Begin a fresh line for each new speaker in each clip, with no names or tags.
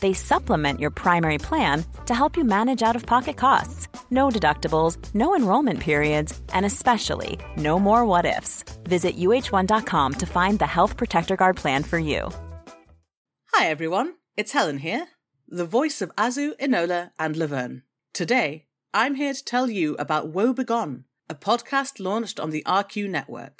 They supplement your primary plan to help you manage out of pocket costs. No deductibles, no enrollment periods, and especially no more what ifs. Visit uh1.com to find the Health Protector Guard plan for you.
Hi everyone, it's Helen here, the voice of Azu, Enola, and Laverne. Today, I'm here to tell you about Woe Begone, a podcast launched on the RQ network.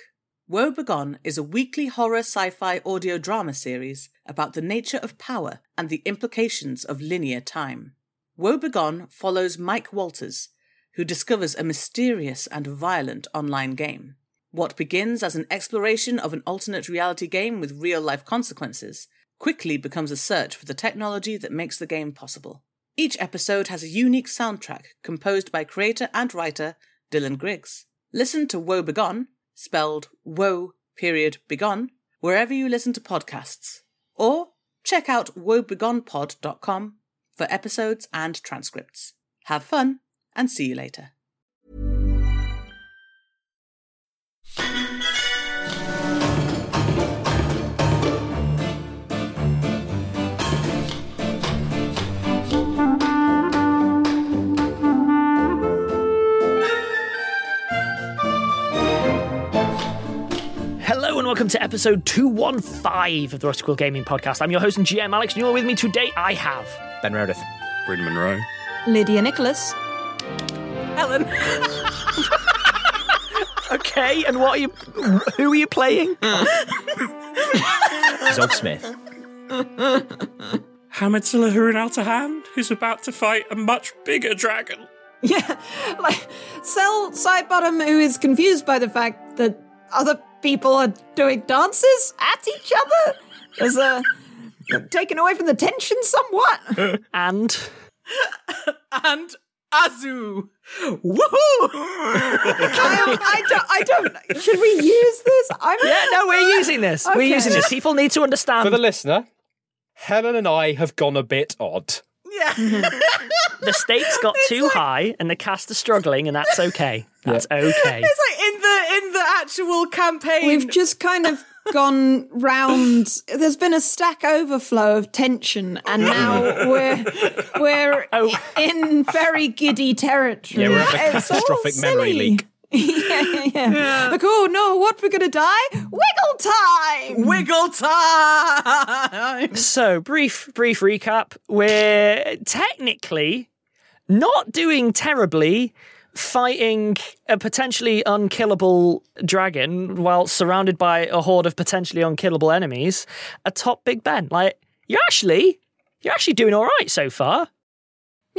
Woe Begone is a weekly horror sci fi audio drama series about the nature of power and the implications of linear time. Woe Begone follows Mike Walters, who discovers a mysterious and violent online game. What begins as an exploration of an alternate reality game with real life consequences quickly becomes a search for the technology that makes the game possible. Each episode has a unique soundtrack composed by creator and writer Dylan Griggs. Listen to Woe Begone, spelled Woe period Begone, wherever you listen to podcasts, or check out woebegonepod.com for episodes and transcripts. Have fun and see you later.
Hello and welcome to episode 215 of the Rusty Quill Gaming Podcast. I'm your host and GM Alex, and you're with me today. I have.
Ben Meredith.
Bryn Monroe.
Lydia Nicholas.
Helen. okay, and what are you. Who are you playing?
Zog Smith.
Hamid Salahur Al Tahan, who's about to fight a much bigger dragon.
Yeah, like Sel Sidebottom, who is confused by the fact that other people are doing dances at each other. There's a taken away from the tension somewhat.
and.
And Azu! Woohoo!
I, I, don't, I don't. Should we use this? I'm
Yeah, no, we're using this. We're
Okay.
using this. People need to understand.
For the listener, Helen and I have gone a bit odd.
the stakes got too high, and the cast are struggling, and that's okay. That's okay.
It's like in the in the actual campaign.
We've just kind of gone round. There's been a stack overflow of tension, and now we're we're in very giddy territory.
Yeah, we're having a
It's all
catastrophic memory
silly.
leak.
yeah, yeah, yeah, Like, oh no, what? We're gonna die? Wiggle time!
Wiggle time!
So, brief, brief recap. We're technically not doing terribly fighting a potentially unkillable dragon while surrounded by a horde of potentially unkillable enemies atop Big Ben. Like, you're actually, you're actually doing all right so far.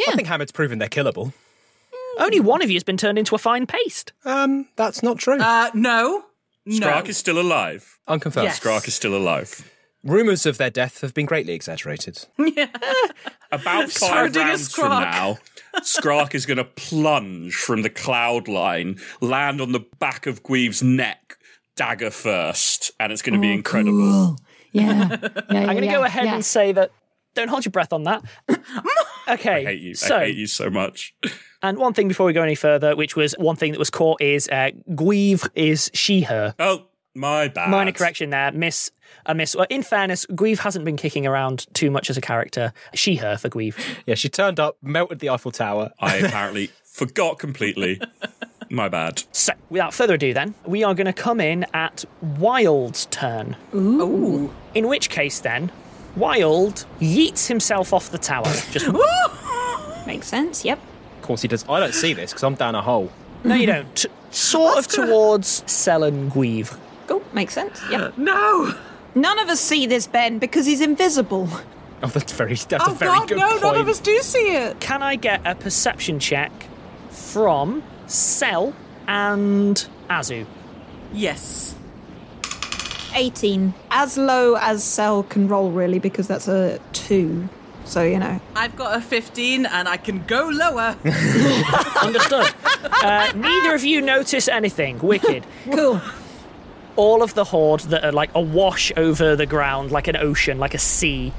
I think Hamid's proven they're killable.
Only one of you has been turned into a fine paste.
Um, that's not true.
Uh, no. No.
Skrak is still alive.
Unconfirmed.
yes.
Skrak is still alive.
Rumours of their death have been greatly exaggerated.
About five
Schrödinger's
rounds from
Skrak.
now, Skrak is going to plunge from the cloud line, land on the back of Gweave's neck, dagger first, and it's
Mm-hmm.
going to be incredible.
Yeah. I'm
I'm going to go ahead and say that. Don't hold your breath on that. okay.
I hate you.
So,
I hate you so much.
and one thing before we go any further, which was one thing that was caught is uh, Guivre is she/her.
Oh, my bad.
Minor correction there, Miss. A miss. Well, in fairness, Guivre hasn't been kicking around too much as a character. She/her for Guivre.
Yeah, she turned up, melted the Eiffel Tower.
I apparently forgot completely. My bad.
So, without further ado, then we are going to come in at Wild's turn.
Ooh.
In which case, then Wild yeets himself off the tower. Just
Makes sense. Yep.
Of course he does. I don't see this because I'm down a hole.
no, you don't. T- sort of towards Selen Guivre.
Cool. Makes sense. Yep.
No!
None of us see this Ben because he's invisible.
Oh, that's very. That's
Oh,
a very
God,
good
no,
point.
none of
us do see it.
Can I get a perception check from Sel and Azu?
Yes.
18.
As low as Cell can roll, really, because that's a two. So, you know.
I've got a 15 and I can go lower.
Understood. uh, neither of you notice anything. Wicked.
Cool.
all of the horde that are like awash over the ground, like an ocean, like a sea,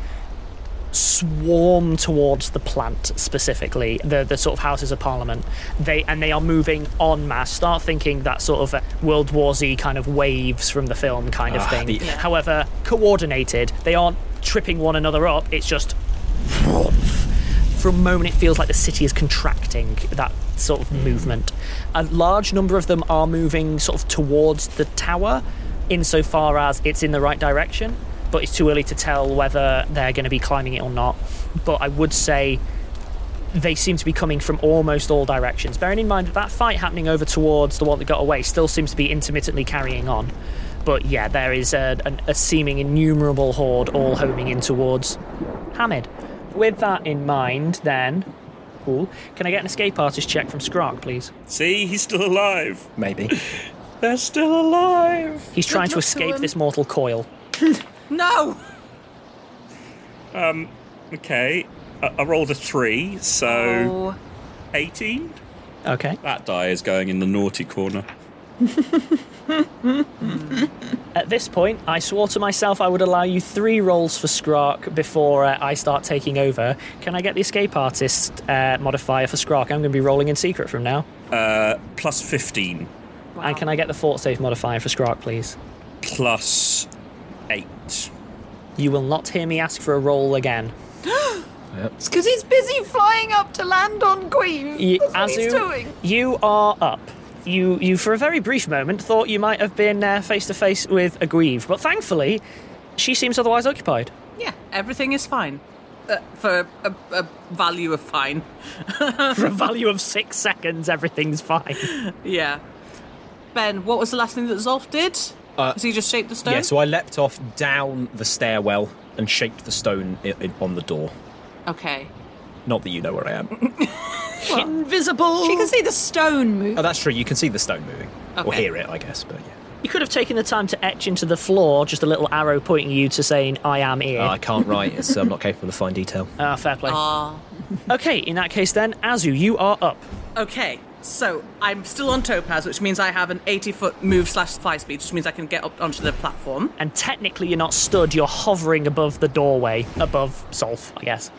swarm towards the plant specifically, the the sort of houses of parliament. They and they are moving en masse. Start thinking that sort of uh, World War Z kind of waves from the film kind of thing. However, coordinated. They aren't tripping one another up. It's just for a moment it feels like the city is contracting that sort of movement a large number of them are moving sort of towards the tower insofar as it's in the right direction but it's too early to tell whether they're going to be climbing it or not but i would say they seem to be coming from almost all directions bearing in mind that that fight happening over towards the one that got away still seems to be intermittently carrying on but yeah there is a, an, a seeming innumerable horde all homing in towards Hamid. With that in mind, then, cool. Can I get an escape artist check from Skrark, please?
See, he's still alive.
Maybe.
They're still alive.
He's trying to
luck to
escape
him.
this mortal coil.
no!
Um, okay. I, I rolled a three, so 18?
Okay.
That die is going in the naughty corner.
At this point, I swore to myself I would allow you three rolls for Skrark before uh, I start taking over. Can I get the escape artist uh, modifier for Skrark? I'm going to be rolling in secret from now.
Uh, plus 15.
And can I get the fort safe modifier for Skrark, please?
Plus 8.
You will not hear me ask for a roll again.
It's because he's busy flying up to land on Queen.
Y-
That's what he's
Azu,
doing.
you are up. You, you, for a very brief moment, thought you might have been uh, face to face with a grieve, but thankfully, she seems otherwise occupied.
Yeah, everything is fine. Uh, for a, a value of fine.
For a value of six seconds, everything's fine.
Yeah. Ben, what was the last thing that Zolf did? Uh, Has he just shaped the stone?
Yeah, so I leapt off down the stairwell and shaped the stone i i on the door.
okay.
Not that you know where I am.
Invisible.
She can see the stone move.
Oh, that's true. You can see the stone moving or
Okay.
hear it, I guess. But yeah,
You could have taken the time to etch into the floor just a little arrow pointing you to saying "I am here."
Uh, I can't write it, so I'm not capable of fine detail.
Ah, fair play.
Ah.
okay, in that case, then Azu, you are up.
Okay, so I'm still on Topaz, which means I have an 80 foot move slash fly speed, which means I can get up onto the platform.
And technically, you're not stood; you're hovering above the doorway, above Solf, I guess.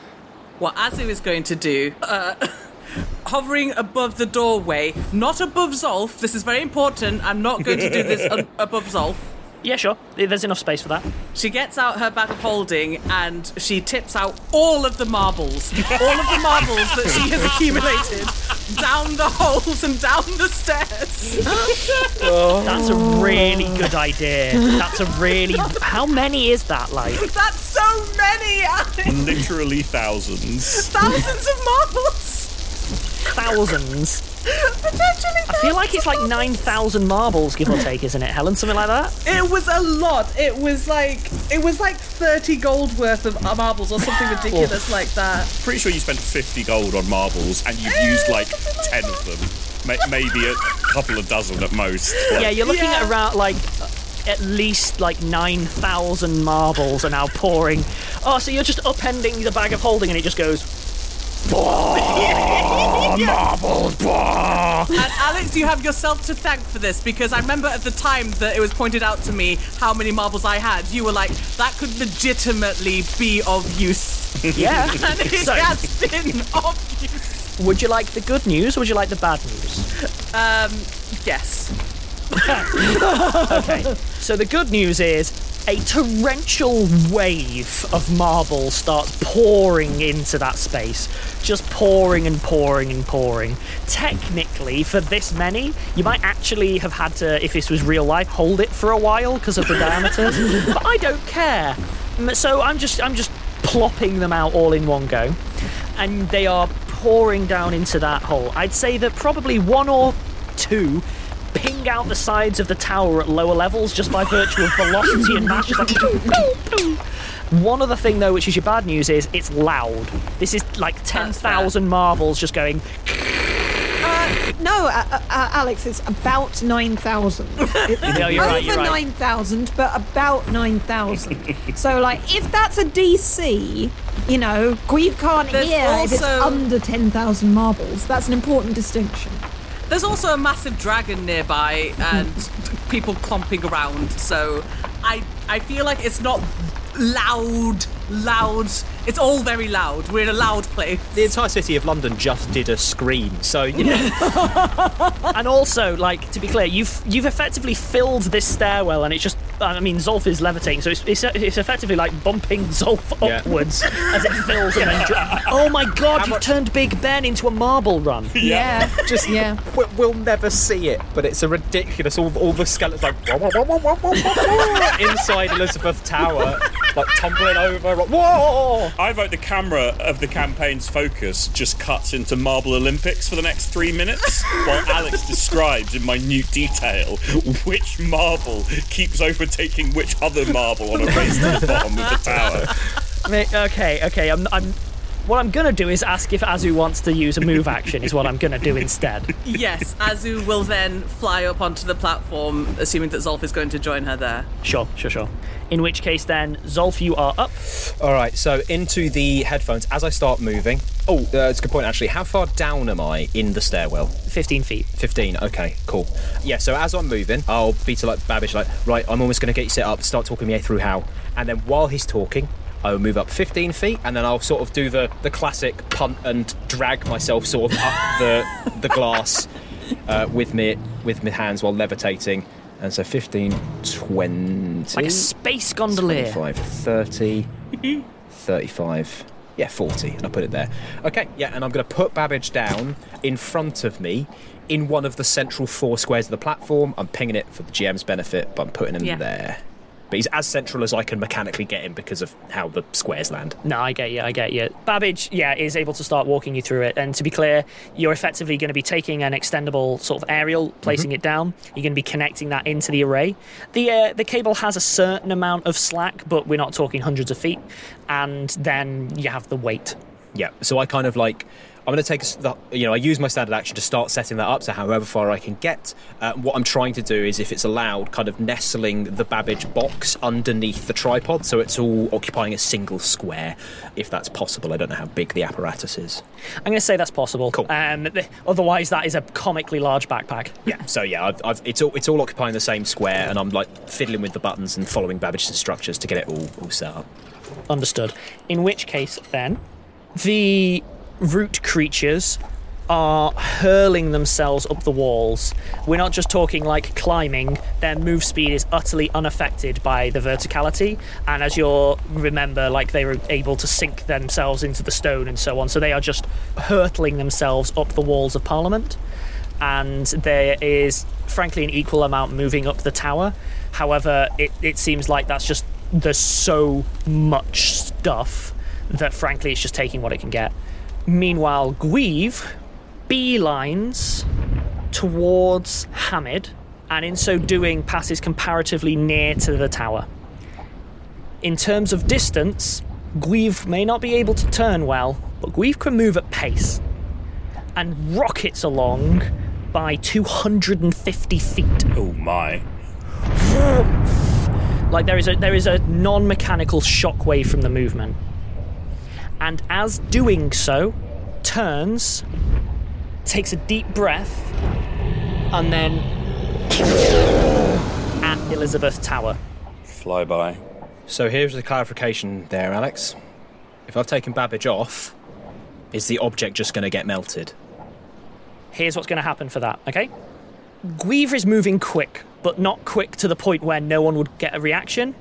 What Azu is going to do, uh, hovering above the doorway, not above Zolf. This is very important. I'm not going to do this un- above Zolf.
Yeah, sure. There's enough space for that.
She gets out her bag of holding and she tips out all of the marbles, all of the marbles that she has accumulated down the holes and down the stairs.
That's a really good idea. That's a really. How many is that like?
That's so many, Alex.
Literally thousands.
thousands of marbles.
Thousands.
Potentially,
I feel like it's like 9,000 marbles, give or take, isn't it, Helen? Something like that?
it was a lot. It was like it was like thirty gold worth of marbles or something ridiculous like that.
Pretty sure you spent 50 gold on marbles and you've used like 10 of them. May- Maybe a couple of dozen at most.
Yeah, you're looking at
Yeah.
around like at least like 9,000 marbles are now pouring. Oh, so you're just upending the bag of holding and it just goes
Marbles, bah!
And Alex, you have yourself to thank for this because I remember at the time that it was pointed out to me how many marbles I had. You were like, that could legitimately be of use.
Yeah.
And it
So-
has been of use.
Would you like the good news or would you like the bad news?
Yes.
So the good news is a torrential wave of marble starts pouring into that space. Just pouring and pouring and pouring. Technically, for this many, you might actually have had to, if this was real life, hold it for a while because of the diameters. But I don't care. Mm, So I'm just I'm just plopping them out all in one go. And they are pouring down into that hole. I'd say that probably one or two ping out the sides of the tower at lower levels just by virtue of velocity and mass. Just like, doo, doo, doo. One other thing, though, which is your bad news, is it's loud. This is like 10,000 marbles just going.
No, uh, uh, uh, Alex, it's about 9,000.
No, you're
Over
right, you're right.
9,000, but about 9,000. so, like, if that's a DC, you know, Queeve can't
There's
hear if it's
also-
under 10,000 marbles. That's an important distinction.
There's also a massive dragon nearby and people clomping around, so I I feel like it's not loud, loud. It's all very loud. We're in a loud place.
The entire city of London just did a scream, so you know,
and also, like to be clear, you've you've effectively filled this stairwell, and it's just. I mean, Zolf is levitating, so it's, it's, it's effectively like bumping Zolf
Yeah.
upwards as it fills and then. Dra- oh my god, you've turned Big Ben into a marble run.
Yeah.
just
Yeah.
we- we'll never see it, but it's a ridiculous. All, all the skeletons like "Wah, wah, wah, wah, wah, wah, wah, wah," inside Elizabeth Tower, like tumbling over. like, Whoa!
I vote the camera of the campaign's focus just cuts into Marble Olympics for the next three minutes, while Alex describes in minute detail which marble keeps overtaking which other marble on a race to the bottom of the tower.
Mate, Okay, okay. I'm, I'm. What I'm gonna do is ask if Azu wants to use a move action. Is what I'm gonna do instead.
yes, Azu will then fly up onto the platform, assuming that Zolf is going to join her there.
Sure, sure, sure. In which case, then Zolf, you are up.
All right, so into the headphones as I start moving. Oh, uh, it's a good point actually. How far down am I in the stairwell?
15 feet.
15 okay cool yeah so as i'm moving i'll be to like babish like right i'm almost going to get you set up start talking me through how and then while he's talking i will move up 15 feet and then i'll sort of do the the classic punt and drag myself sort of up the the glass uh, with me with my hands while levitating and so 15 20
Like a space gondolier.
25, 30, 35. Yeah, 40. And I put it there. Okay, yeah, and I'm going to put Babbage down in front of me in one of the central four squares of the platform. I'm pinging it for the GM's benefit, but I'm putting him
Yeah.
there. But he's as central as I can mechanically get him because of how the squares land.
No, I get you. I get you. Babbage, yeah, is able to start walking you through it. And to be clear, you're effectively going to be taking an extendable sort of aerial, placing it down. You're going to be connecting that into the array. The uh, the cable has a certain amount of slack, but we're not talking hundreds of feet. And then you have the weight.
Yeah, so I kind of like. I'm going to take, a s- the- you know, I use my standard action to start setting that up so however far I can get. Uh, what I'm trying to do is, if it's allowed, kind of nestling the Babbage box underneath the tripod so it's all occupying a single square, if that's possible. I don't know how big the apparatus is.
I'm going to say that's possible.
Cool.
Um, th- otherwise, that is a comically large backpack.
Yeah, so yeah, I've, I've, it's, all, it's all occupying the same square and I'm like fiddling with the buttons and following Babbage's instructions to get it all, all set up.
Understood. In which case, then, the root creatures are hurling themselves up the walls. We're not just talking like climbing, their move speed is utterly unaffected by the verticality. And as you'll remember, like they were able to sink themselves into the stone and so on. So they are just hurtling themselves up the walls of Parliament and there is frankly an equal amount moving up the tower. However, it, it seems like that's just there's so much stuff that frankly it's just taking what it can get. Meanwhile, Guive beelines towards Hamid and in so doing passes comparatively near to the tower. In terms of distance, Guive may not be able to turn well, but Guive can move at pace and rockets along by 250 feet.
Oh my.
Like there is a there is a non-mechanical shockwave from the movement. And as doing so, turns, takes a deep breath, and then at Elizabeth Tower.
Flyby.
So here's the clarification there, Alex. If I've taken Babbage off, is the object just going to get melted?
Here's what's going to happen for that, okay? Guivre is moving quick, but not quick to the point where no one would get a reaction.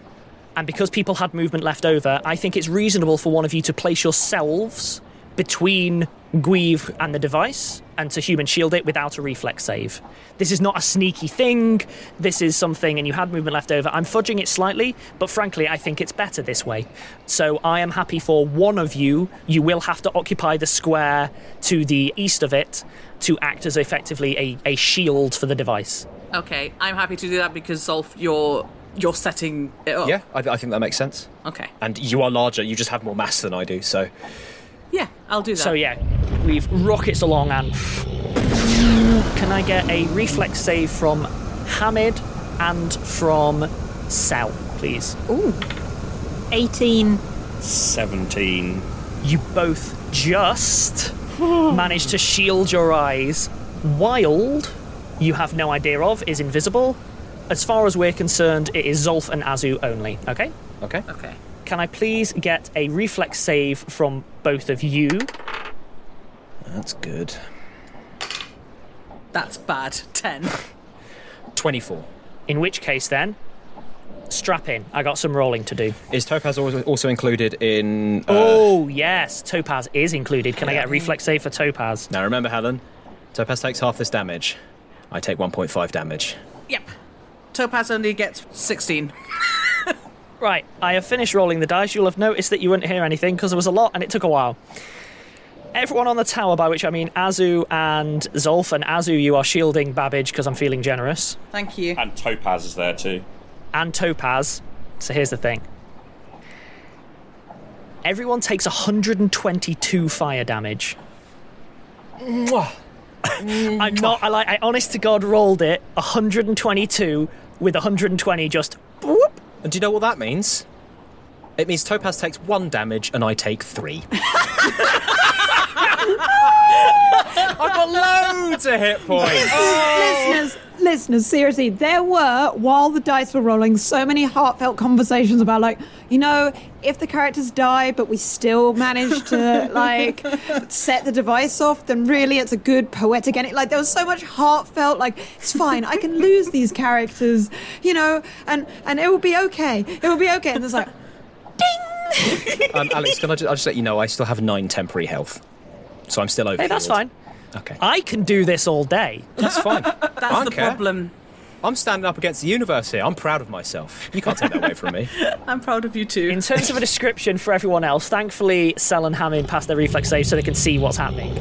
And because people had movement left over, I think it's reasonable for one of you to place yourselves between Guivre and the device and to human shield it without a reflex save. This is not a sneaky thing. This is something, and you had movement left over. I'm fudging it slightly, but frankly, I think it's better this way. So I am happy for one of you. You will have to occupy the square to the east of it to act as effectively a, a shield for the device.
Okay, I'm happy to do that because Zolf, you're you're setting it up.
Yeah, I, I think that makes sense.
Okay.
And you are larger, you just have more mass than I do, so.
Yeah, I'll do that.
So yeah, we've rockets along and can I get a reflex save from Hamid and from Sal, please?
18.
17.
You both just manage to shield your eyes. Wild, you have no idea of, is invisible. As far as we're concerned, it is Zolf and Azu only, okay?
Okay.
Okay.
Can I please get a reflex save from both of you?
That's good.
That's bad. Ten.
24.
In which case, then, strap in. I got some rolling to do.
Is Topaz al- also included in. Uh,
oh, yes. Topaz is included. Can I get a reflex save for Topaz?
Now remember, Helen, Topaz takes half this damage. I take 1.5 damage.
Yep. Topaz only gets sixteen.
Right, I have finished rolling the dice. You'll have noticed that you wouldn't hear anything because there was a lot and it took a while. Everyone on the tower, by which I mean Azu and Zolf, and Azu, you are shielding Babbage because I'm feeling generous,
Thank you.
And Topaz is there too.
and Topaz. So here's the thing everyone takes 122 fire damage. I'm not. I like. I honest to God rolled it 122 with 120 just whoop.
And do you know what that means? It means Topaz takes one damage and I take three. I've got loads of hit points.
Listeners, listeners, seriously, there were, while the dice were rolling, so many heartfelt conversations about, like, you know, if the characters die, but we still manage to, like, set the device off, then really it's a good poetic ending. Like, there was so much heartfelt, like, it's fine, I can lose these characters, you know, and, and it will be okay. It will be okay. And it's like,
Um, Alex, can I just, I'll just let you know I still have nine temporary health, so I'm still over.
Hey, that's fine.
Okay,
I can do this all day.
that's fine. That's
That's the problem.
I'm standing up against the universe here. I'm proud of myself. You can't take that away from me.
I'm proud of you too.
In terms of a description for everyone else, thankfully, Sel and Hammond passed their reflex save so they can see what's happening.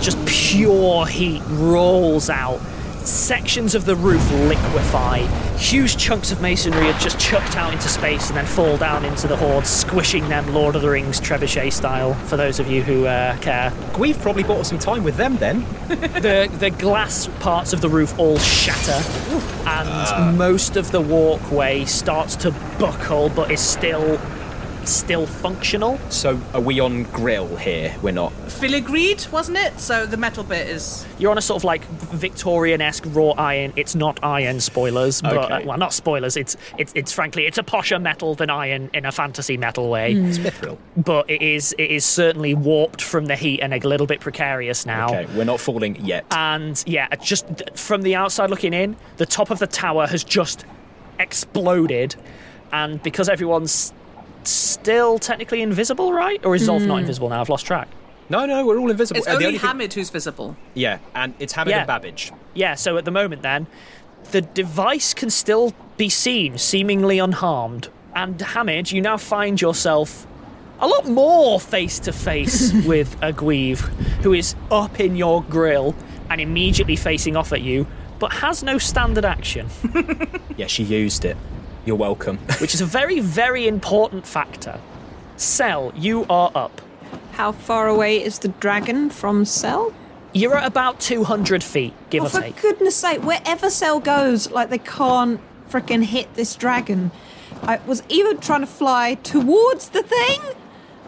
Just pure heat rolls out. Sections of the roof liquefy. Huge chunks of masonry are just chucked out into space and then fall down into the horde, squishing them Lord of the Rings trebuchet style, for those of you who uh, care.
We've probably bought some time with them then.
the the glass parts of the roof all shatter, and most of the walkway starts to buckle, but is still still functional.
So are we on grill here? We're not.
Filigreed, wasn't it? So the metal bit is
You're on a sort of like Victorian-esque raw iron. It's not iron, spoilers, but uh,
Okay.
well, not spoilers. It's it's it's frankly it's a posher metal than iron in a fantasy metal way,
It's mithril.
but it is it is certainly warped from the heat and a little bit precarious now.
Okay, we're not falling yet.
and yeah, it just th- from the outside looking in, the top of the tower has just exploded, and because everyone's still technically invisible, right? Or is Zolf not invisible now? I've lost track.
no, no, we're all invisible.
it's
Uh, the
only,
only thing-
Hamid who's visible.
Yeah, and it's Hammond
Yeah.
and Babbage.
Yeah, so at the moment then, the device can still be seen, seemingly unharmed. And Hamid, you now find yourself a lot more face to face with Aguive, who is up in your grill and immediately facing off at you, but has no standard action.
Yeah, she used it. You're welcome.
which is a very, very important factor. Cell, you are up.
how far away is the dragon from Cell?
You're at about 200 feet, give
Oh,
or
for
take.
goodness sake, wherever Cell goes, like they can't fricking hit this dragon. I was even trying to fly towards the thing,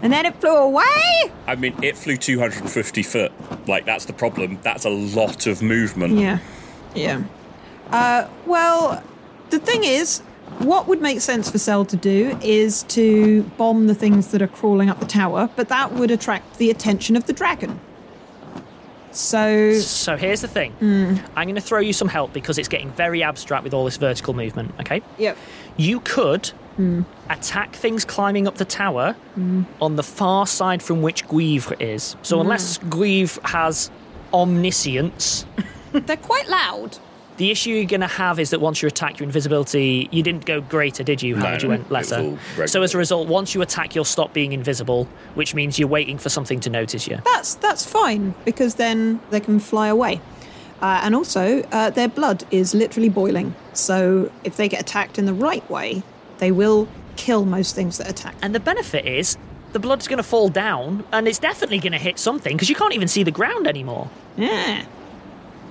And then it flew away?
I mean, it flew 250 foot. Like, that's the problem. That's a lot of movement.
Yeah. Yeah. Uh, well, the thing is, what would make sense for Cell to do is to bomb the things that are crawling up the tower, but that would attract the attention of the dragon. So,
So here's the thing.
Mm.
I'm going to throw you some help because it's getting very abstract with all this vertical movement, okay?
yep.
You could
Mm.
attack things climbing up the tower on the far side from which Guivre is. So
Mm.
unless Guivre has omniscience,
They're quite loud.
the issue you're going to have is that once you attack your invisibility, you didn't go greater, did you? Howard?
no, it
you went
was all
lesser.
regular.
So as a result, once you attack, you'll stop being invisible, which means you're waiting for something to notice you.
That's that's fine because then they can fly away, uh, and also uh, their blood is literally boiling. So if they get attacked in the right way, they will kill most things that attack.
And the benefit is the blood's going to fall down and it's definitely going to hit something because you can't even see the ground anymore.
Yeah,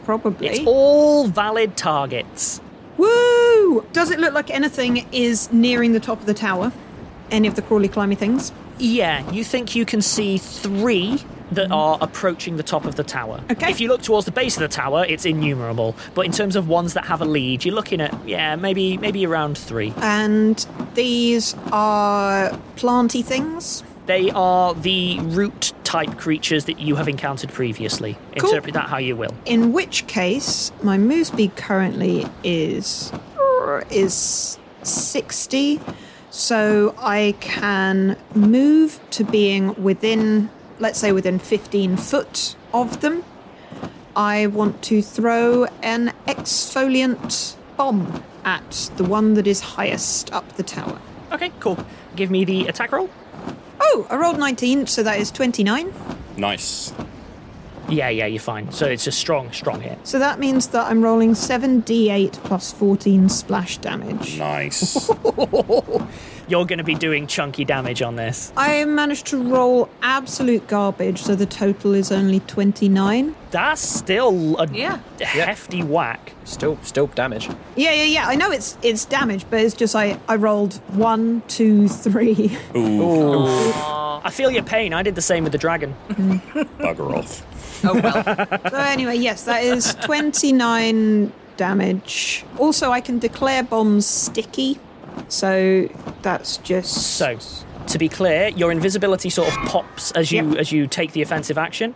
probably.
It's all valid targets.
Woo! Does it look like anything is nearing the top of the tower? Any of the crawly climby things?
Yeah, you think you can see three that are approaching the top of the tower.
Okay.
If you look towards the base of the tower, it's innumerable. But in terms of ones that have a lead, you're looking at yeah, maybe maybe around three.
And these are planty things.
They are the root type creatures that you have encountered previously.
Cool.
Interpret that how you will.
In which case, my move speed currently is is sixty, so I can move to being within, let's say, within fifteen foot of them. I want to throw an exfoliant bomb at the one that is highest up the tower.
Okay, cool. Give me the attack roll.
Oh, I rolled nineteen, so that is twenty-nine.
Nice.
Yeah, yeah, you're fine. So it's a strong, strong hit.
So that means that I'm rolling seven d8 plus fourteen splash damage.
Nice.
You're going to be doing chunky damage on this.
I managed to roll absolute garbage, so the total is only 29.
That's still a
Yeah.
hefty whack.
Still, still damage.
Yeah, yeah, yeah. I know it's it's damage, but it's just I, I rolled one, two, three.
Ooh,
I feel your pain. I did the same with the dragon.
bugger off.
Oh, well.
so anyway, yes, that is 29 damage. Also, I can declare bombs sticky, so that's just.
So, to be clear, your invisibility sort of pops as you as you take the offensive action.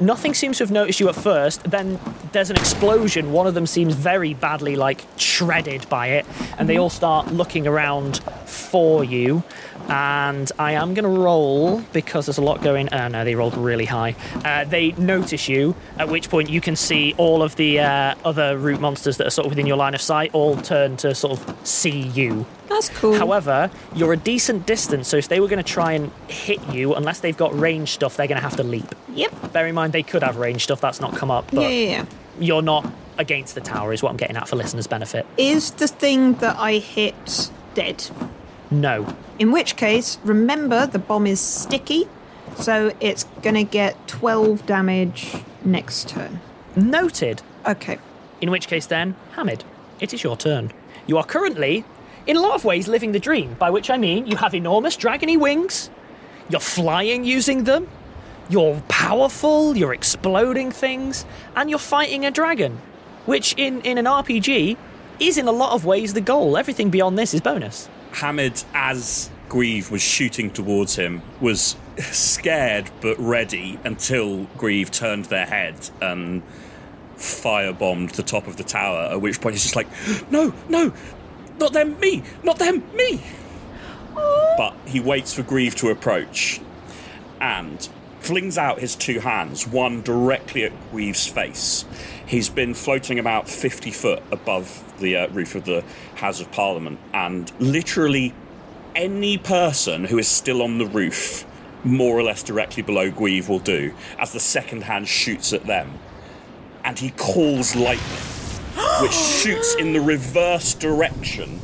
Nothing seems to have noticed you at first. Then there's an explosion. One of them seems very badly like shredded by it, and they all start looking around for you. And I am going to roll because there's a lot going. Oh no, they rolled really high. Uh, they notice you, at which point you can see all of the uh, other root monsters that are sort of within your line of sight all turn to sort of see you.
That's cool.
However, you're a decent distance, so if they were going to try and hit you, unless they've got range stuff, they're going to have to leap.
yep.
Bear in mind, they could have range stuff, that's not come up, but
Yeah, yeah, yeah.
you're not against the tower, is what I'm getting at for listeners' benefit.
Is the thing that I hit dead?
No.
In which case, remember the bomb is sticky, so it's going to get 12 damage next turn.
Noted.
Okay.
In which case, then, Hamid, it is your turn. You are currently, in a lot of ways, living the dream, by which I mean you have enormous dragony wings, you're flying using them, you're powerful, you're exploding things, and you're fighting a dragon, which in, in an RPG is, in a lot of ways, the goal. Everything beyond this is bonus.
Hamid, as Grieve was shooting towards him, was scared but ready until Grieve turned their head and firebombed the top of the tower, at which point he's just like, No, no, not them, me, not them, me. But he waits for Grieve to approach and flings out his two hands, one directly at Grieve's face. He's been floating about 50 foot above the uh, roof of the House of Parliament, and literally any person who is still on the roof, more or less directly below Grieve, will do, as the second hand shoots at them. And he calls lightning, which shoots in the reverse direction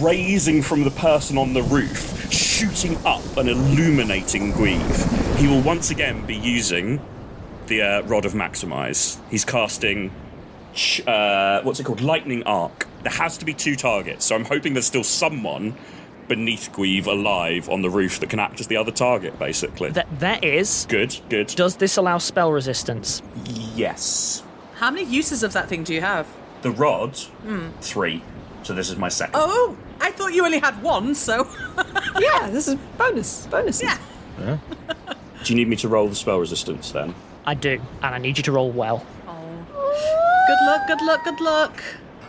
raising from the person on the roof, shooting up and illuminating Grieve. He will once again be using the uh, Rod of Maximize. He's casting, ch- uh, what's it called? Lightning Arc. There has to be two targets, so I'm hoping there's still someone beneath Gueve alive on the roof that can act as the other target, basically.
That that is.
good, good.
Does this allow spell resistance?
yes.
How many uses of that thing do you have?
The rod, three. So this is my second.
Oh, I thought you only had one, so.
yeah, this is bonus. Bonus. Yeah.
Do you need me to roll the spell resistance then?
I do, and I need you to roll well.
Good luck, good luck, good luck.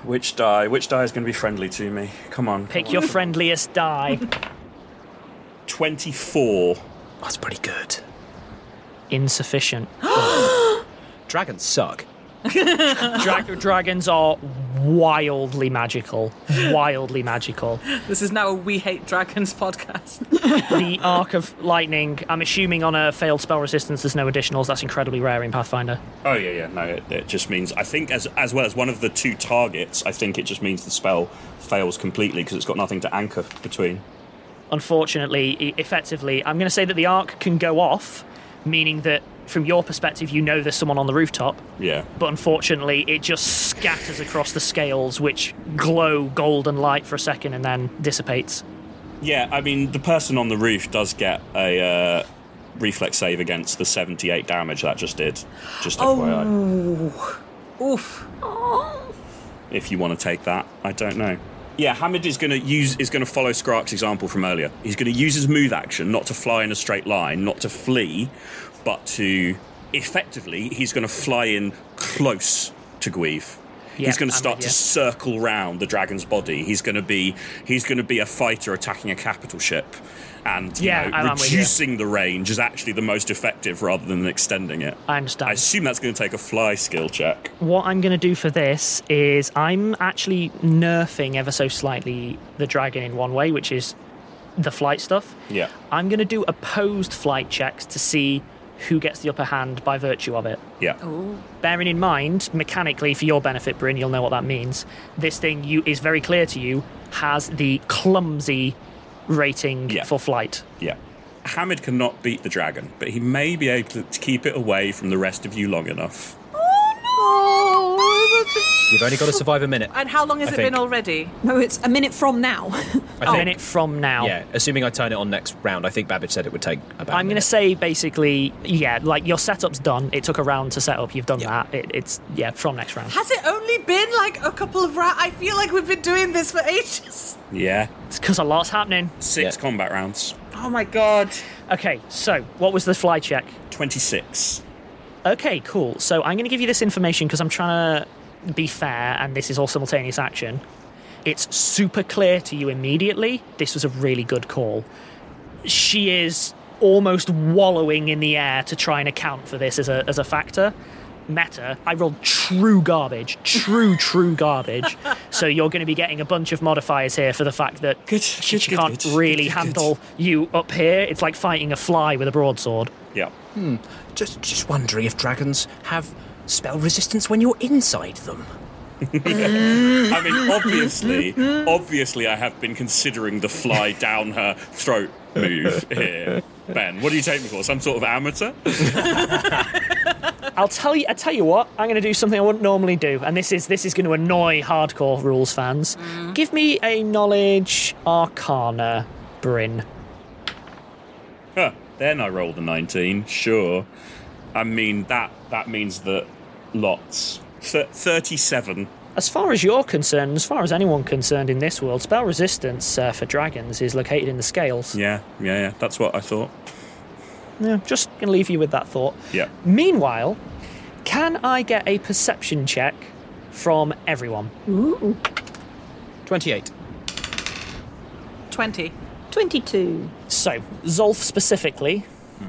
Which die? Which die is going to be friendly to me? Come on.
Pick your friendliest die.
24.
That's pretty good.
Insufficient.
Dragons suck.
Drag- dragons are wildly magical. Wildly magical.
This is now a We Hate Dragons podcast.
The arc of lightning. I'm assuming on a failed spell resistance, there's no additionals. That's incredibly rare in Pathfinder.
Oh yeah, yeah. No, it, it just means I think as as well as one of the two targets. I think it just means the spell fails completely because it's got nothing to anchor between.
unfortunately, e- effectively, I'm going to say that the arc can go off, meaning that from your perspective, you know there's someone on the rooftop,
Yeah.
but unfortunately, it just scatters across the scales, which glow golden light for a second and then dissipates.
Yeah, I mean the person on the roof does get a uh, reflex save against the seventy-eight damage that just did. Just
Oh.
FYI,
Oof.
if you want to take that, I don't know. Yeah, Hamid is going to use is going to follow Skrark's example from earlier. He's going to use his move action not to fly in a straight line, not to flee, but to effectively he's going to fly in close to Guive.
Yeah,
he's going to
I'm
start
with
to
you.
circle round the dragon's body. He's going to be he's going to be a fighter attacking a capital ship, and you
Yeah,
know,
I'm- I'm with you.
reducing the range is actually the most effective rather than extending it.
I understand.
I assume that's going to take a fly skill check.
what I'm going to do for this is I'm actually nerfing ever so slightly the dragon in one way, which is the flight stuff.
Yeah.
I'm going to do opposed flight checks to see who gets the upper hand by virtue of it.
Yeah.
bearing in mind mechanically for your benefit Bryn you'll know what that means this thing you is very clear to you has the clumsy rating
Yeah.
for flight
Yeah. Hamid cannot beat the dragon, but he may be able to keep it away from the rest of you long enough.
You've only got to survive a minute.
And how long has
I
it
think.
been already?
No, it's a minute from now.
I
a
think.
minute from now
Yeah, assuming I turn it on next round, I think Babbage said it would take about.
I'm going to
to
say basically yeah like your setup's done it took a round to set up you've done that it, it's yeah from next round
Has it only been like a couple of rounds? I feel like we've been doing this for ages.
Yeah.
it's because a lot's happening
Six
Yeah.
combat rounds.
Oh my god.
okay so what was the fly check
26.
Okay, cool. So I'm going to give you this information because I'm trying to be fair, and this is all simultaneous action. It's super clear to you immediately. This was a really good call. She is almost wallowing in the air to try and account for this as a, as a factor. Meta, I rolled true garbage, true, true garbage. So you're going to be getting a bunch of modifiers here for the fact that
Good,
she,
good,
she
good,
can't
good,
really
good, good.
handle you up here. It's like fighting a fly with a broadsword.
Yeah.
just just wondering if dragons have spell resistance when you're inside them.
I mean, obviously, obviously, I have been considering the fly down her throat move here. Ben, what do you take me for? Some sort of amateur?
I'll tell you. I tell you what. I'm going to do something I wouldn't normally do, and this is this is going to annoy hardcore rules fans. Give me a knowledge arcana, Bryn.
Huh, then I rolled a 19, sure. I mean, that, that means that lots. Th- 37.
As far as you're concerned, as far as anyone concerned in this world, spell resistance uh, for dragons is located in the scales.
Yeah, yeah, yeah. That's what I thought.
Yeah, just going to leave you with that thought.
Yeah.
Meanwhile, can I get a perception check from everyone?
Twenty-eight.
20.
22.
So, Zolf specifically,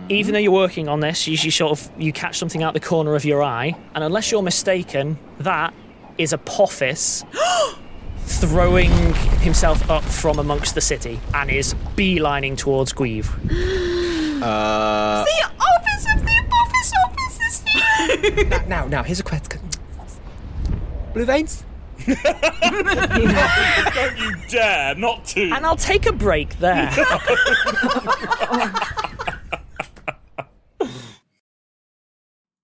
even though you're working on this, you, you sort of you catch something out the corner of your eye, and unless you're mistaken, that is Apophis throwing himself up from amongst the city and is beelining towards Guive.
the office of the office office is here.
Now, now, here's a question. Blue veins.
Don't you dare not to.
And I'll take a break there.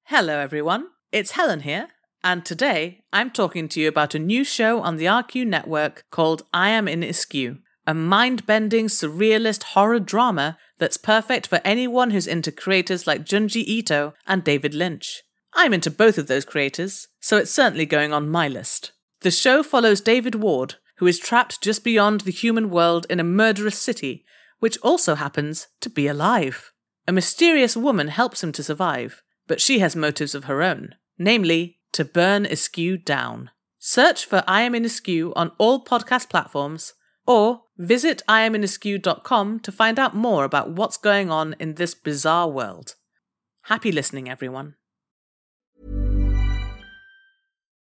Hello, everyone. It's Helen here, and today I'm talking to you about a new show on the RQ network called I Am in Askew, a mind bending, surrealist horror drama that's perfect for anyone who's into creators like Junji Ito and David Lynch. I'm into both of those creators, so it's certainly going on my list. The show follows David Ward, who is trapped just beyond the human world in a murderous city, which also happens to be alive. A mysterious woman helps him to survive, but she has motives of her own, namely, to burn Askew down. Search for I Am in Askew on all podcast platforms or visit iaminiskew.com to find out more about what's going on in this bizarre world. Happy listening, everyone.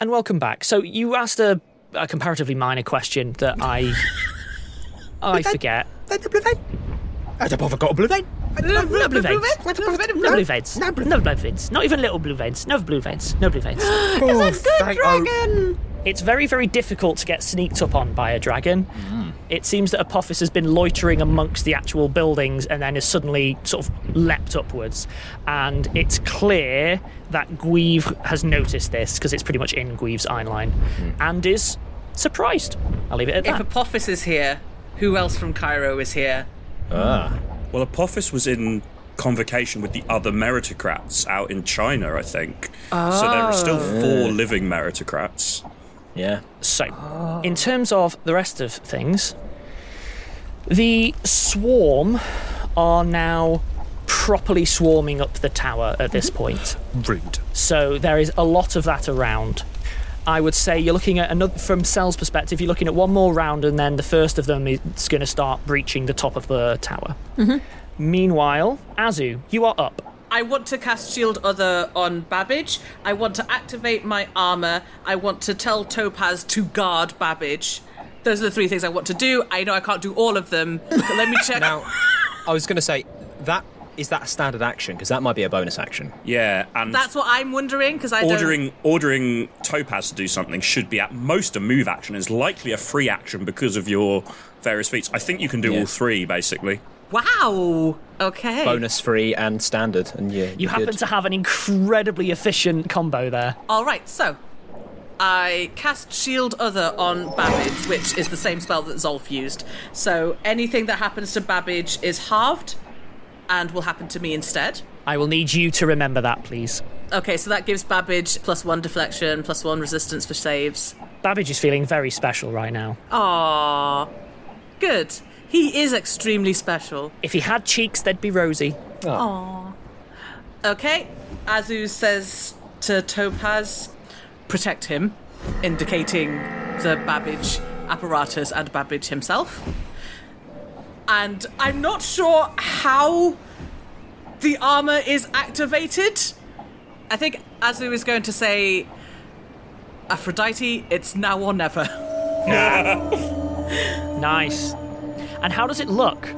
And welcome back. So you asked a, a comparatively minor question that I I forget. No blue veins. No blue veins. No blue veins. Not even little blue veins. No blue veins. No blue veins.
It's a good dragon!
It's very, very difficult to get sneaked up on by a dragon. It seems that Apophis has been loitering amongst the actual buildings and then has suddenly sort of leapt upwards. And it's clear that Guive has noticed this because it's pretty much in Guive's eye line and is surprised. I'll leave it at
If
that.
Apophis is here, who else from Cairo is here?
Ah. Well, Apophis was in convocation with the other meritocrats out in China, I think. So there are still
Oh.
four living meritocrats.
Yeah.
So, in terms of the rest of things, the swarm are now properly swarming up the tower at this point.
Rude.
So there is a lot of that around. I would say you're looking at another from Cell's perspective. You're looking at one more round, and then the first of them is going to start breaching the top of the tower. Meanwhile, Azu, you are up.
I want to cast Shield Other on Babbage. I want to activate my armor. I want to tell Topaz to guard Babbage. Those are the three things I want to do. I know I can't do all of them. But let me check.
Now, I was going to say that is that a standard action because that might be a bonus action.
Yeah, and
That's what I'm wondering because I
ordering ordering Topaz to do something should be at most a move action. Is likely a free action because of your various feats. I think you can do all three basically.
don't. Wow. Okay.
Bonus free and standard, and yeah,
You happen to have an incredibly efficient combo there.
All right. So I cast Shield Other on Babbage, which is the same spell that Zolf used. So anything that happens to Babbage is halved, and will happen to me instead.
I will need you to remember that, please.
Okay, so that gives Babbage plus one deflection, plus one resistance for saves.
Babbage is feeling very special right now.
Aww. Good. He is extremely special.
If he had cheeks, they'd be rosy.
Aww. Okay, Azu says to Topaz, protect him, indicating the Babbage apparatus and Babbage himself. And I'm not sure how the armor is activated. I think Azu is going to say, Aphrodite, it's now or never.
Nice. And how does it look?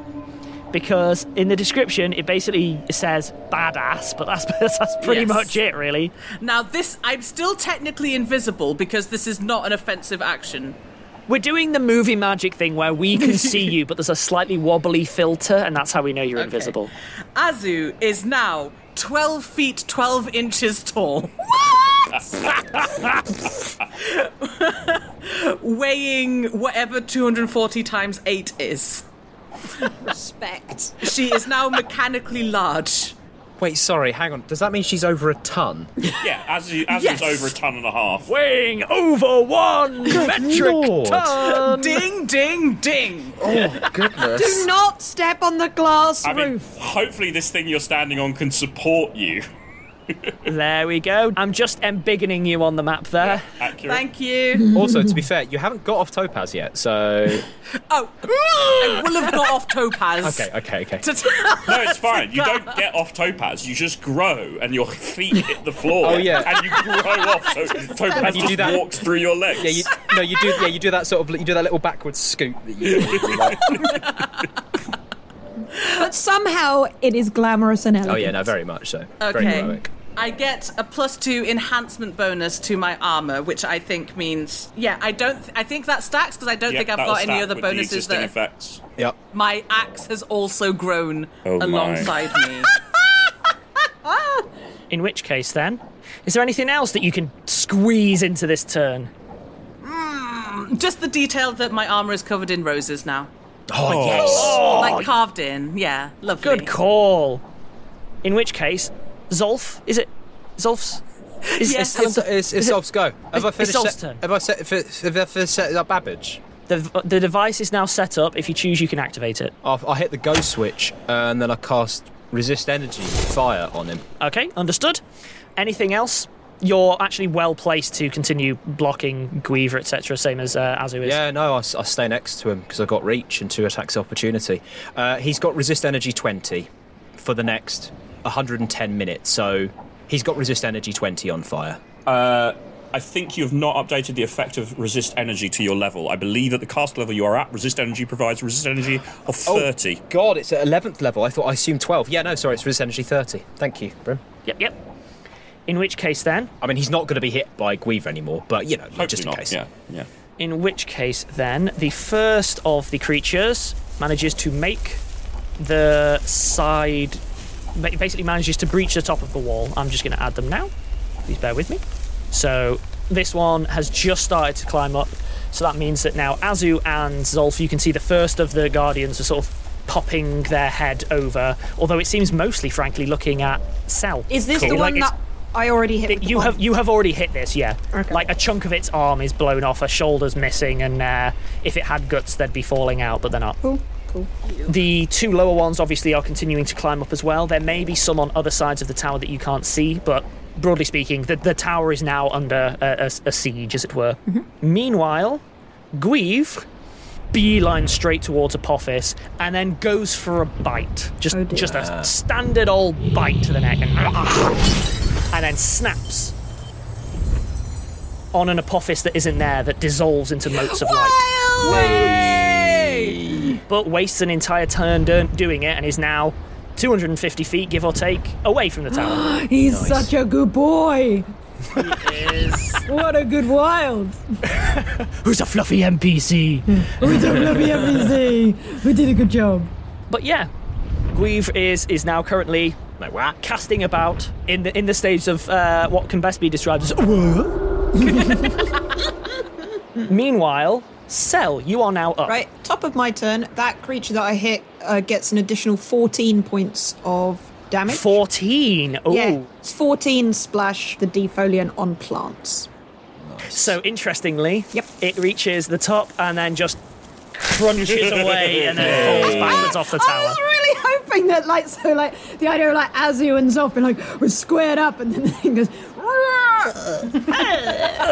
Because in the description, it basically says badass, but that's that's pretty
Yes.
much it, really.
Now, this, I'm still technically invisible because this is not an offensive action.
We're doing the movie magic thing where we can see you, but there's a slightly wobbly filter, and that's how we know you're invisible.
Azu is now 12 feet 12 inches tall. Weighing whatever 240 times 8 is.
Respect.
She is now mechanically large.
Wait, sorry, hang on. Does that mean she's over a ton?
Yeah, as you, as
Yes.
is over a ton and a half.
Weighing over one
metric
ton.
Ding, ding, ding.
Oh, goodness.
Do not step on the glass
I mean,
roof.
hopefully this thing you're standing on can support you.
there we go. I'm just embiggening you on the map there.
accurate.
Thank you.
also, to be fair, you haven't got off Topaz yet, so.
Oh, I will have got off Topaz.
Okay, okay, okay.
No, it's fine. You don't get off topaz. You just grow, and your feet hit the floor.
Oh, yeah.
and you grow off. So topaz
And you
just
do that-
walks through your legs.
Yeah, you, no, you do. Yeah, you do that sort of. You do that little backwards scoot that you. do, like-
But somehow it is glamorous and elegant.
oh yeah, no, very much so. Very
Okay.
heroic.
I get a plus two enhancement bonus to my armor, which I think means yeah. I don't. Th- I think that stacks because I don't
Yeah,
think I've
that'll
got any
stack
other
with the
bonuses
existing
that
effects.
Yep.
my axe has also grown
Oh, my.
alongside me.
In which case, then, is there anything else that you can squeeze into this turn?
Just the detail that my armor is covered in roses now.
Oh,
yes.
Oh.
like carved in. Yeah, lovely.
Good call. In which case, Zolf, is it Zolf's? Is,
Yes,
Helen-
it's, it's,
is
it's
it-
Zolf's go. Have I
it's
finished?
Zolf's
set-
turn.
Have I set? Have I have I set up Babbage?
The, the device is now set up. If you choose, you can activate it.
I, I hit the go switch uh, and then I cast resist energy fire on him.
Okay, understood. Anything else? You're actually well placed to continue blocking Guiver, etc., same as uh, Azu is.
Yeah, no, I, s- I stay next to him because I got reach and two attacks opportunity. Uh, he's got resist energy 20 for the next 110 minutes, so he's got resist energy 20 on fire.
Uh, I think you have not updated the effect of resist energy to your level. I believe at the cast level you are at, resist energy provides resist energy of
Oh,
thirty.
God, it's at 11th level. I thought I assumed 12. Yeah, no, sorry, it's resist energy 30. Thank you, Brim.
Yep, yep. In which case, then,
I mean, he's not going to be hit by Guiver anymore, but you know, just in
not,
case.
yeah, yeah.
in which case, then, the first of the creatures manages to make the side, ba- basically manages to breach the top of the wall. I'm just going to add them now. Please bear with me. So this one has just started to climb up. So that means that now Azu and Zolf, you can see the first of the guardians are sort of popping their head over. Although it seems mostly, frankly, looking at Cell.
Is this the
Like,
one
it's-
that I already hit? with the
you
bomb?
have you have already hit this, yeah. Like a chunk of its arm is blown off, a shoulder's missing, and uh, if it had guts, they'd be falling out, but they're not.
Cool. Cool.
The two lower ones obviously are continuing to climb up as well. There may be some on other sides of the tower that you can't see, but broadly speaking, the, the tower is now under a, a- a siege, as it were.
Mm-hmm.
Meanwhile, Guivre beelines straight towards Apophis and then goes for a bite.
Oh,
Just, just a standard old bite to the neck and, and then snaps on an Apophis that isn't there that dissolves into motes of light but wastes an entire turn do- doing it and is now 250 feet, give or take, away from the tower.
He's such a good boy. What a good wild.
Who's a fluffy NPC?
We don't love everything. We did a good job.
but yeah, Guivre is is now currently
Like, wow.
casting about in the in the stage of uh, what can best be described as. Meanwhile, Cell, you are now up.
Right, top of my turn, that creature that I hit uh, gets an additional 14 points of damage.
14. Oh.
Yeah, it's 14 splash the defoliant on plants.
So interestingly,
Yep.
it reaches the top and then just crunches away and then falls backwards off the
I
tower.
was really hoping that, like, so, like, the idea of, like, Azu and Zoff being like, we're squared up, and then the thing goes, "Rrrr."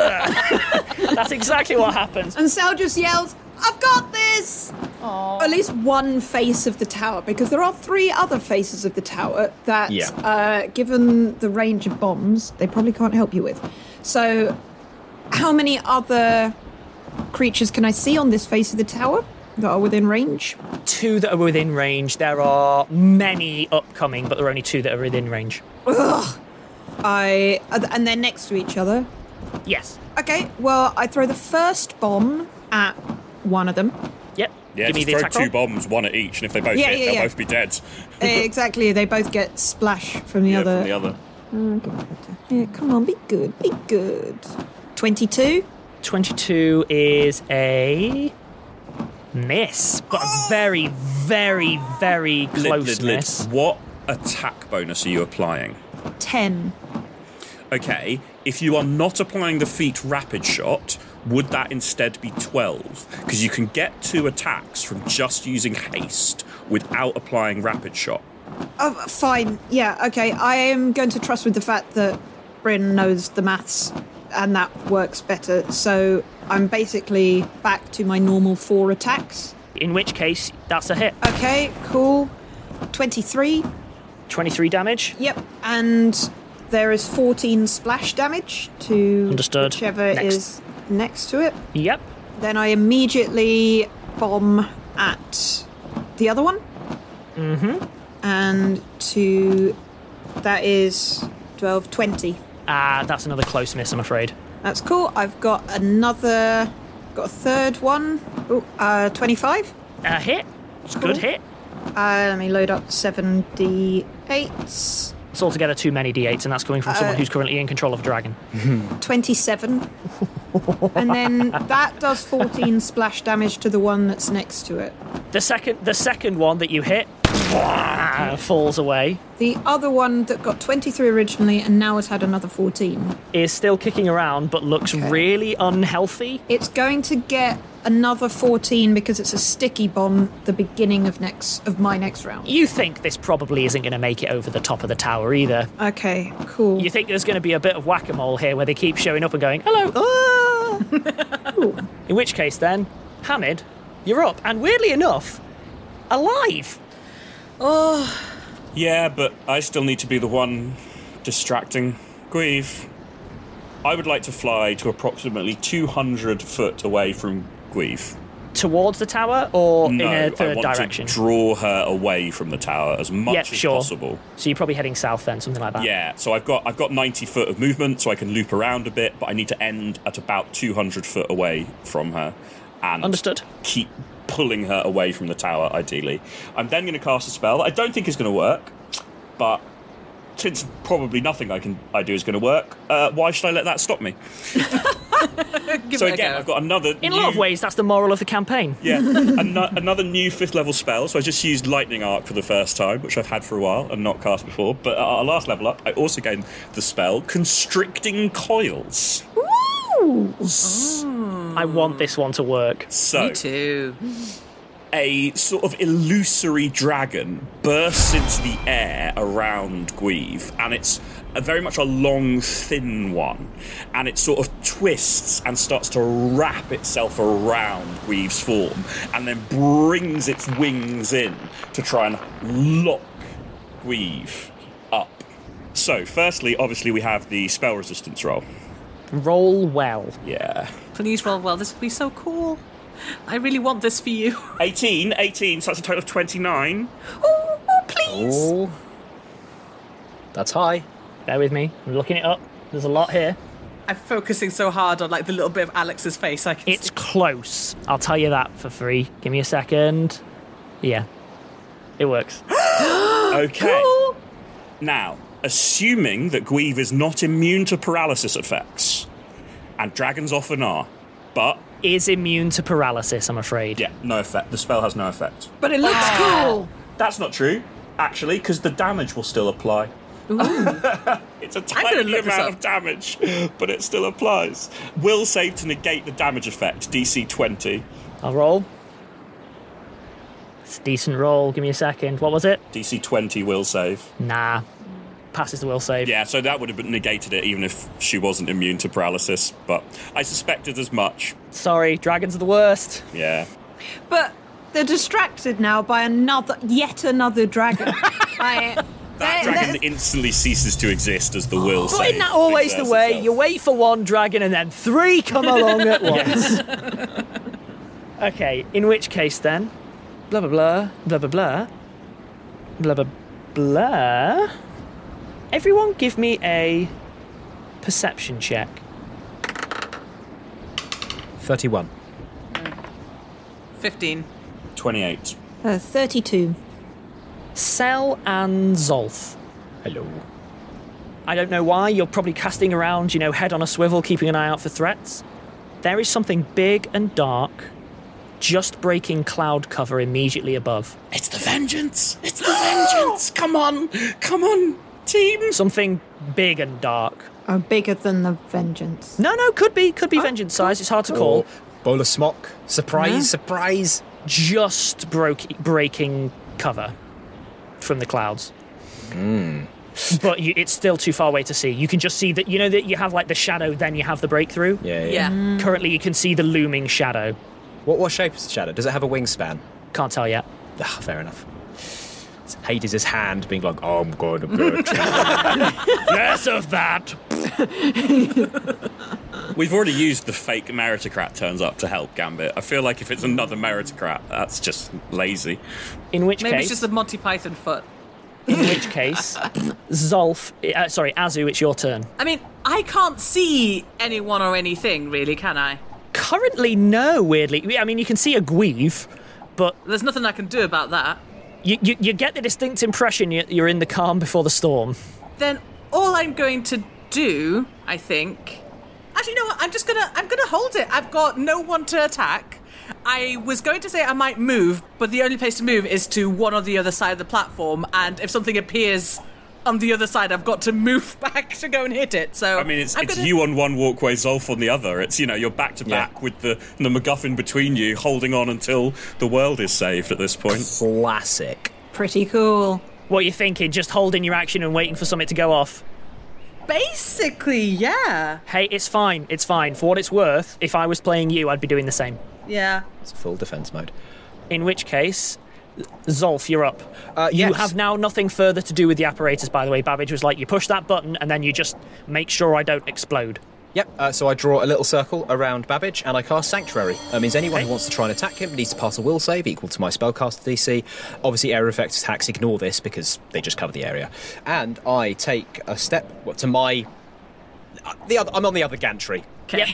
That's exactly what happens.
and Sal just yells, I've got this! At least one face of the tower, because there are three other faces of the tower that,
Yeah.
uh, given the range of bombs, they probably can't help you with. So, how many other creatures can I see on this face of the tower that are within range?
Two that are within range. There are many upcoming, but there are only two that are within range.
I and they're next to each other.
Yes.
Okay, well, I throw the first bomb at one of them.
Yep.
Yeah,
Give me
just
the
throw
attack
two
roll.
bombs, one at each, and if they both
Yeah,
hit,
yeah,
they'll
yeah.
both be dead.
exactly, they both get splash from the
yeah,
other.
from the other.
Yeah, come on, be good, be good. 22?
22 is a miss, but a very, very, very
Lid,
close
lid, lid.
miss.
What attack bonus are you applying?
10.
Okay, if you are not applying the feat rapid shot, would that instead be 12? Because you can get two attacks from just using haste without applying rapid shot.
Oh, fine. Yeah, okay. I am going to trust with the fact that Bryn knows the maths and that works better. So I'm basically back to my normal four attacks.
In which case, that's a hit.
Okay, cool. 23.
23 damage.
Yep. And there is 14 splash damage to
Understood.
whichever
Next.
is next to it.
Yep.
Then I immediately bomb at the other one.
Mm-hmm.
And to. That is 12, 20.
Ah, that's another close miss, I'm afraid.
That's cool. I've got another. Got a third one. Ooh, uh, 25.
A hit. It's a
Cool.
Good hit.
Uh, let me load up 7d8s.
It's altogether too many d8s, and that's coming from someone
Uh,
who's currently in control of a dragon.
27. and then that does 14 splash damage to the one that's next to it.
The second, the second one that you hit falls away.
The other one that got 23 originally and now has had another 14.
Is still kicking around, but looks really unhealthy.
It's going to get another 14 because it's a sticky bomb the beginning of next of my next round.
You think this probably isn't going to make it over the top of the tower either.
Okay, cool.
You think there's going to be a bit of whack a mole here where they keep showing up and going, hello. ah." In which case, then, Hamid, you're up, and weirdly enough, alive.
Oh,
Yeah, but I still need to be the one distracting Grieve. I would like to fly to approximately 200 foot away from Grieve.
Towards the tower or
no,
in a
I
third
want
direction?
to draw her away from the tower as much
Yep,
as
sure.
possible.
So you're probably heading south then, something like that.
Yeah, so I've got I've got 90 foot of movement, so I can loop around a bit, but I need to end at about 200 foot away from her, and
Understood.
Keep pulling her away from the tower, ideally. I'm then going to cast a spell. that I don't think is going to work, but since probably nothing I can I do is going to work, uh, why should I let that stop me? so again, I've got another.
In a lot of
new-
ways, that's the moral of the campaign.
yeah, an- another new fifth level spell. So I just used Lightning Arc for the first time, which I've had for a while and not cast before. But at our last level up, I also gained the spell Constricting Coils.
I want this one to work.
So, too. A sort of illusory dragon bursts into the air around Guive, and it's a very much a long, thin one, and it sort of twists and starts to wrap itself around Guive's form, and then brings its wings in to try and lock Guive up. So, firstly, obviously, we have the spell resistance roll.
Roll well.
Yeah.
Please roll well. This will be so cool. I really want this for you.
18, 18, so that's a total of 29.
Please. Oh, that's high.
Bear with me. I'm looking it up. There's a lot here.
I'm focusing so hard on like the little bit of Alex's face. I can
It's close. I'll tell you that for free. Give me a second. Yeah. It works.
Okay. Now, assuming that Guive is not immune to paralysis effects, and dragons often are, but.
Is immune to paralysis, I'm afraid.
Yeah, no effect. The spell has no effect.
But it looks cool.
That's not true, actually, because the damage will still apply. it's a tiny
look this
amount
up.
of damage, but it still applies. Will save to negate the damage effect, DC 20.
I'll roll. It's a decent roll. Give me a second. What was it?
DC 20 will save.
Nah. Passes the will save.
Yeah, so that would have negated it even if she wasn't immune to paralysis, but I suspected as much.
Sorry, dragons are the worst.
Yeah.
But they're distracted now by another, yet another dragon. I,
That
There-
dragon instantly ceases to exist as the will
But
save.
isn't that always the
exerts
way?
itself.
You wait for one dragon and then three come along at once. okay, in which case then, blah blah blah, blah blah blah, blah blah blah. Everyone give me a perception check.
31.
15.
28.
uh, 32.
Sel and Zolf.
Hello.
I don't know why, you're probably casting around, you know, head on a swivel, keeping an eye out for threats. There is something big and dark just breaking cloud cover immediately above.
It's the vengeance! It's the vengeance! Come on! Come on, team!
Something big and dark.
Oh, bigger than the vengeance.
No, no, could be, could be vengeance size. It's hard to call.
Bowl of smock. Surprise, surprise.
Just broke, breaking cover from the clouds. But you, it's still too far away to see. You can just see that, you know, that you have like the shadow, then you have the breakthrough.
yeah. Yeah. Mm.
Currently, you can see the looming shadow.
What, what shape is the shadow? Does it have a wingspan?
Can't tell yet.
Ah, fair enough. It's Hades' hand being like, I'm going to burn.
Less of that! We've already used the fake meritocrat turns up to help Gambit. I feel like if it's another meritocrat, that's just lazy.
In which
Maybe
case,
it's just the Monty Python foot.
in which case, Zolf, uh, sorry, Azu, it's your turn.
I mean, I can't see anyone or anything, really, can I?
Currently, no. Weirdly, I mean, you can see a Guive, but
There's nothing I can do about that.
you, you, you get the distinct impression you- you're in the calm before the storm.
Then all I'm going to do, I think. Actually, no. I'm just gonna. I'm gonna hold it. I've got no one to attack. I was going to say I might move, but the only place to move is to one or the other side of the platform. And if something appears on the other side, I've got to move back to go and hit it. So
I mean, it's,
I'm
it's
gonna-
you on one walkway, Zolf on the other. It's, you know, you're back to back with the, the MacGuffin between you, holding on until the world is saved at this point.
Classic.
Pretty cool.
What are you thinking? Just holding your action and waiting for something to go off.
Basically, yeah,
Hey, it's fine. It's fine. For what it's worth, if I was playing you, I'd be doing the same.
yeah.
It's full defense mode.
In which case, Zolf, you're up. Uh, You
yes.
have now nothing further to do with the apparatus, by the way. Babbage was like, you push that button and then you just make sure I don't explode.
Yep, uh, so I draw a little circle around Babbage and I cast Sanctuary. That means anyone who wants to try and attack him needs to pass a will save equal to my spellcaster DC. Obviously, area effect attacks ignore this because they just cover the area. And I take a step well, to my. uh, The other, I'm on the other gantry.
Yep.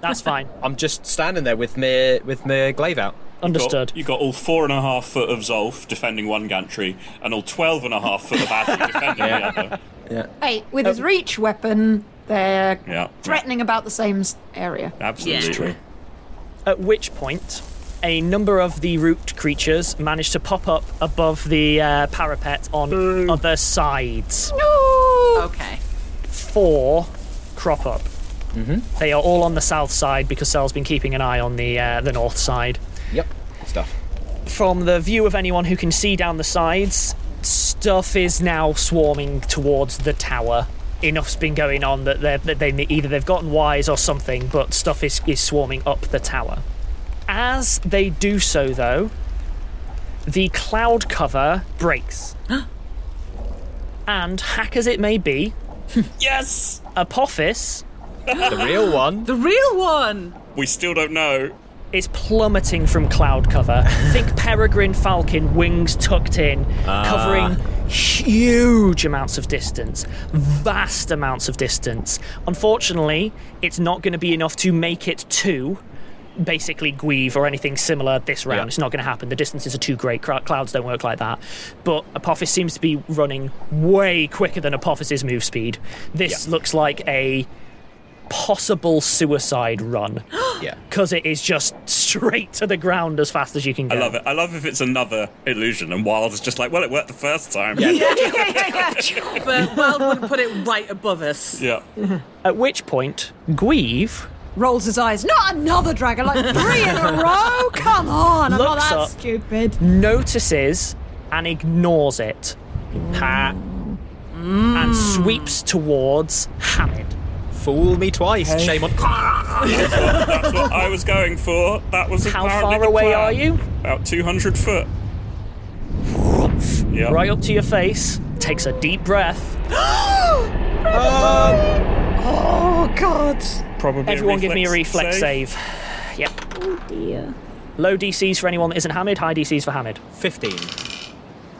That's fine.
I'm just standing there with my, with my glaive out.
Understood.
You've got all four and a half foot of Zolf defending one gantry, and all twelve and a half foot of Azzy defending the other.
Hey, with his reach weapon, they're
Oh. Yeah.
threatening about the same s- area.
Absolutely.
Yeah. True. At which point, a number of the root creatures manage to pop up above the uh, parapet on other sides.
Okay.
Four crop up. They are all on the south side because Sal's been keeping an eye on the uh, the north side.
Yep, stuff.
From the view of anyone who can see down the sides, stuff is now swarming towards the tower. Enough's been going on that, they're- that they either they've gotten wise or something, but stuff is, is swarming up the tower. As they do so, though, the cloud cover breaks. and, hack as it may be,
Yes!
Apophis
The real one.
The real one.
We still don't know.
is plummeting from cloud cover. Think peregrine falcon, wings tucked in, covering huge amounts of distance, vast amounts of distance. Unfortunately, it's not going to be enough to make it to basically Guive or anything similar this round.
Yeah.
It's not going to happen. The distances are too great. Crou- Clouds don't work like that. But Apophis seems to be running way quicker than Apophis's move speed. This looks like a possible suicide run.
Yeah.
because it is just straight to the ground as fast as you can
I
go.
love it. I love if it's another illusion, and Wild's just like, well, it worked the first time. Yeah.
But Wild would put it right above us.
At which point, Guive
Rolls his eyes. Not another dragon, like three in a row? Come on, I'm not
Looks
that
up.
stupid.
notices and ignores it. Ha. And sweeps towards Hamid.
Fool me twice. Shame on.
That's what I was going for. That was
How
apparently
far
the
away
plan.
are you?
About 200 foot. Yeah.
Right up to your face, takes a deep breath.
Oh, God.
Probably. a
Everyone give me a reflex
save.
save. Yep. Oh dear. Low DCs for anyone that isn't Hamid, high DCs for Hamid.
15.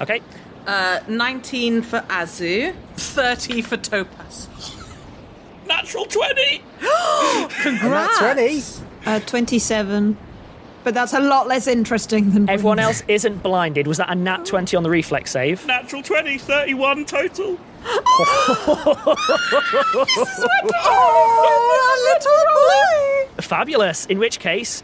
Okay.
Uh, 19 for Azu, 30 for Topaz.
Natural 20!
Congrats!
Uh, 27. But that's a lot less interesting than
Everyone else isn't blinded. Was that a nat 20 on the reflex save?
Natural 20, 31 total.
Oh, a little boy!
Fabulous. In which case,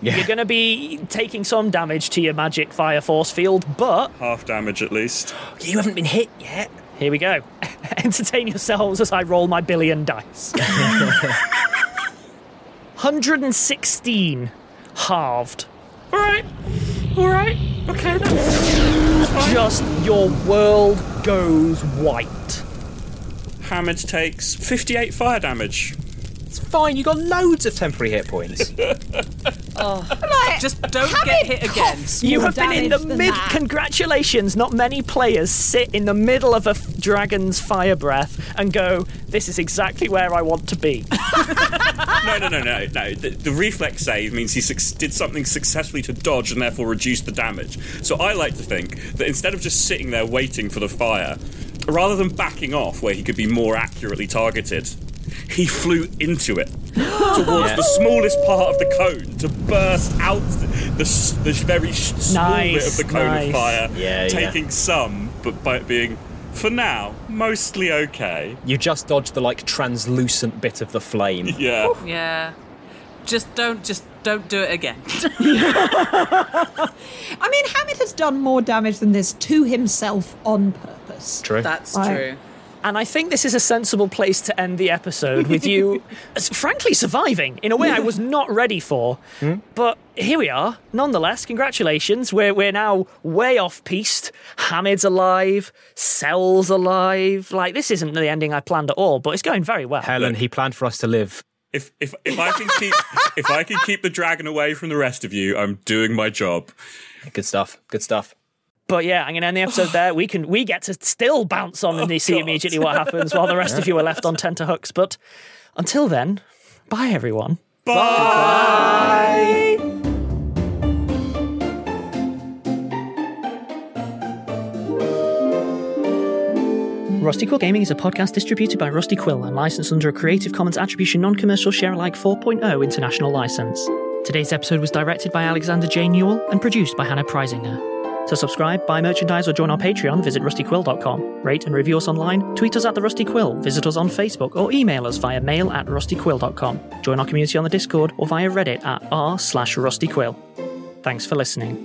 You're going to be taking some damage to your magic fire force field, but
half damage at least.
you haven't been hit yet. Here we go. Entertain yourselves as I roll my billion dice. 116 halved. All right. All right. Okay. Just your world goes white.
Hamid takes 58 fire damage.
It's fine, you got loads of temporary hit points.
Just don't get hit again.
You have been in the mid. Congratulations! Not many players sit in the middle of a f- dragon's fire breath and go, "This is exactly where I want to be."
no, no, no, no, no. The, the reflex save means he suc did something successfully to dodge and therefore reduce the damage. So I like to think that instead of just sitting there waiting for the fire, rather than backing off where he could be more accurately targeted, he flew into it towards the smallest part of the cone to burst out the, s the very sh- small
Nice,
bit of the cone
nice.
of fire,
Yeah, yeah.
taking some, but by it being, for now, mostly okay.
you just dodged the like translucent bit of the flame.
Yeah.
Yeah. Just don't, just don't do it again.
I mean, Hamid has done more damage than this to himself on purpose. Like,
And I think this is a sensible place to end the episode with you, s- frankly, surviving in a way I was not ready for. But here we are, nonetheless. Congratulations. We're, we're now way off piste. Hamid's alive, Cell's alive. Like, this isn't the ending I planned at all, but it's going very well.
Helen, he planned for us to live.
If if if I can keep if I can keep the dragon away from the rest of you, I'm doing my job.
Good stuff. Good stuff.
But yeah, I'm going to end the episode there. We can we get to still bounce on and see immediately what happens while the rest of you are left on tenterhooks. But until then, bye everyone.
Bye.
Rusty Quill Gaming is a podcast distributed by Rusty Quill and licensed under a Creative Commons Attribution Non Commercial Share Alike 4.0 international license. Today's episode was directed by Alexander J. Newell and produced by Hannah Preisinger. To subscribe, buy merchandise, or join our Patreon, visit rustyquill.com. Rate and review us online, tweet us at The Rusty Quill, visit us on Facebook, or email us via mail at rustyquill.com. Join our community on the Discord or via Reddit at r slash rustyquill. Thanks for listening.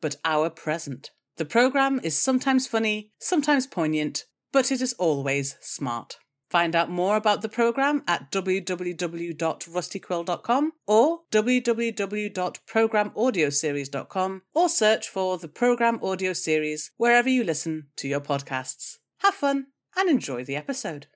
but our present. The programme is sometimes funny, sometimes poignant, but it is always smart. Find out more about the programme at www.rustyquill.com or www.programaudioseries.com or search for the Programme Audio Series wherever you listen to your podcasts. Have fun and enjoy the episode.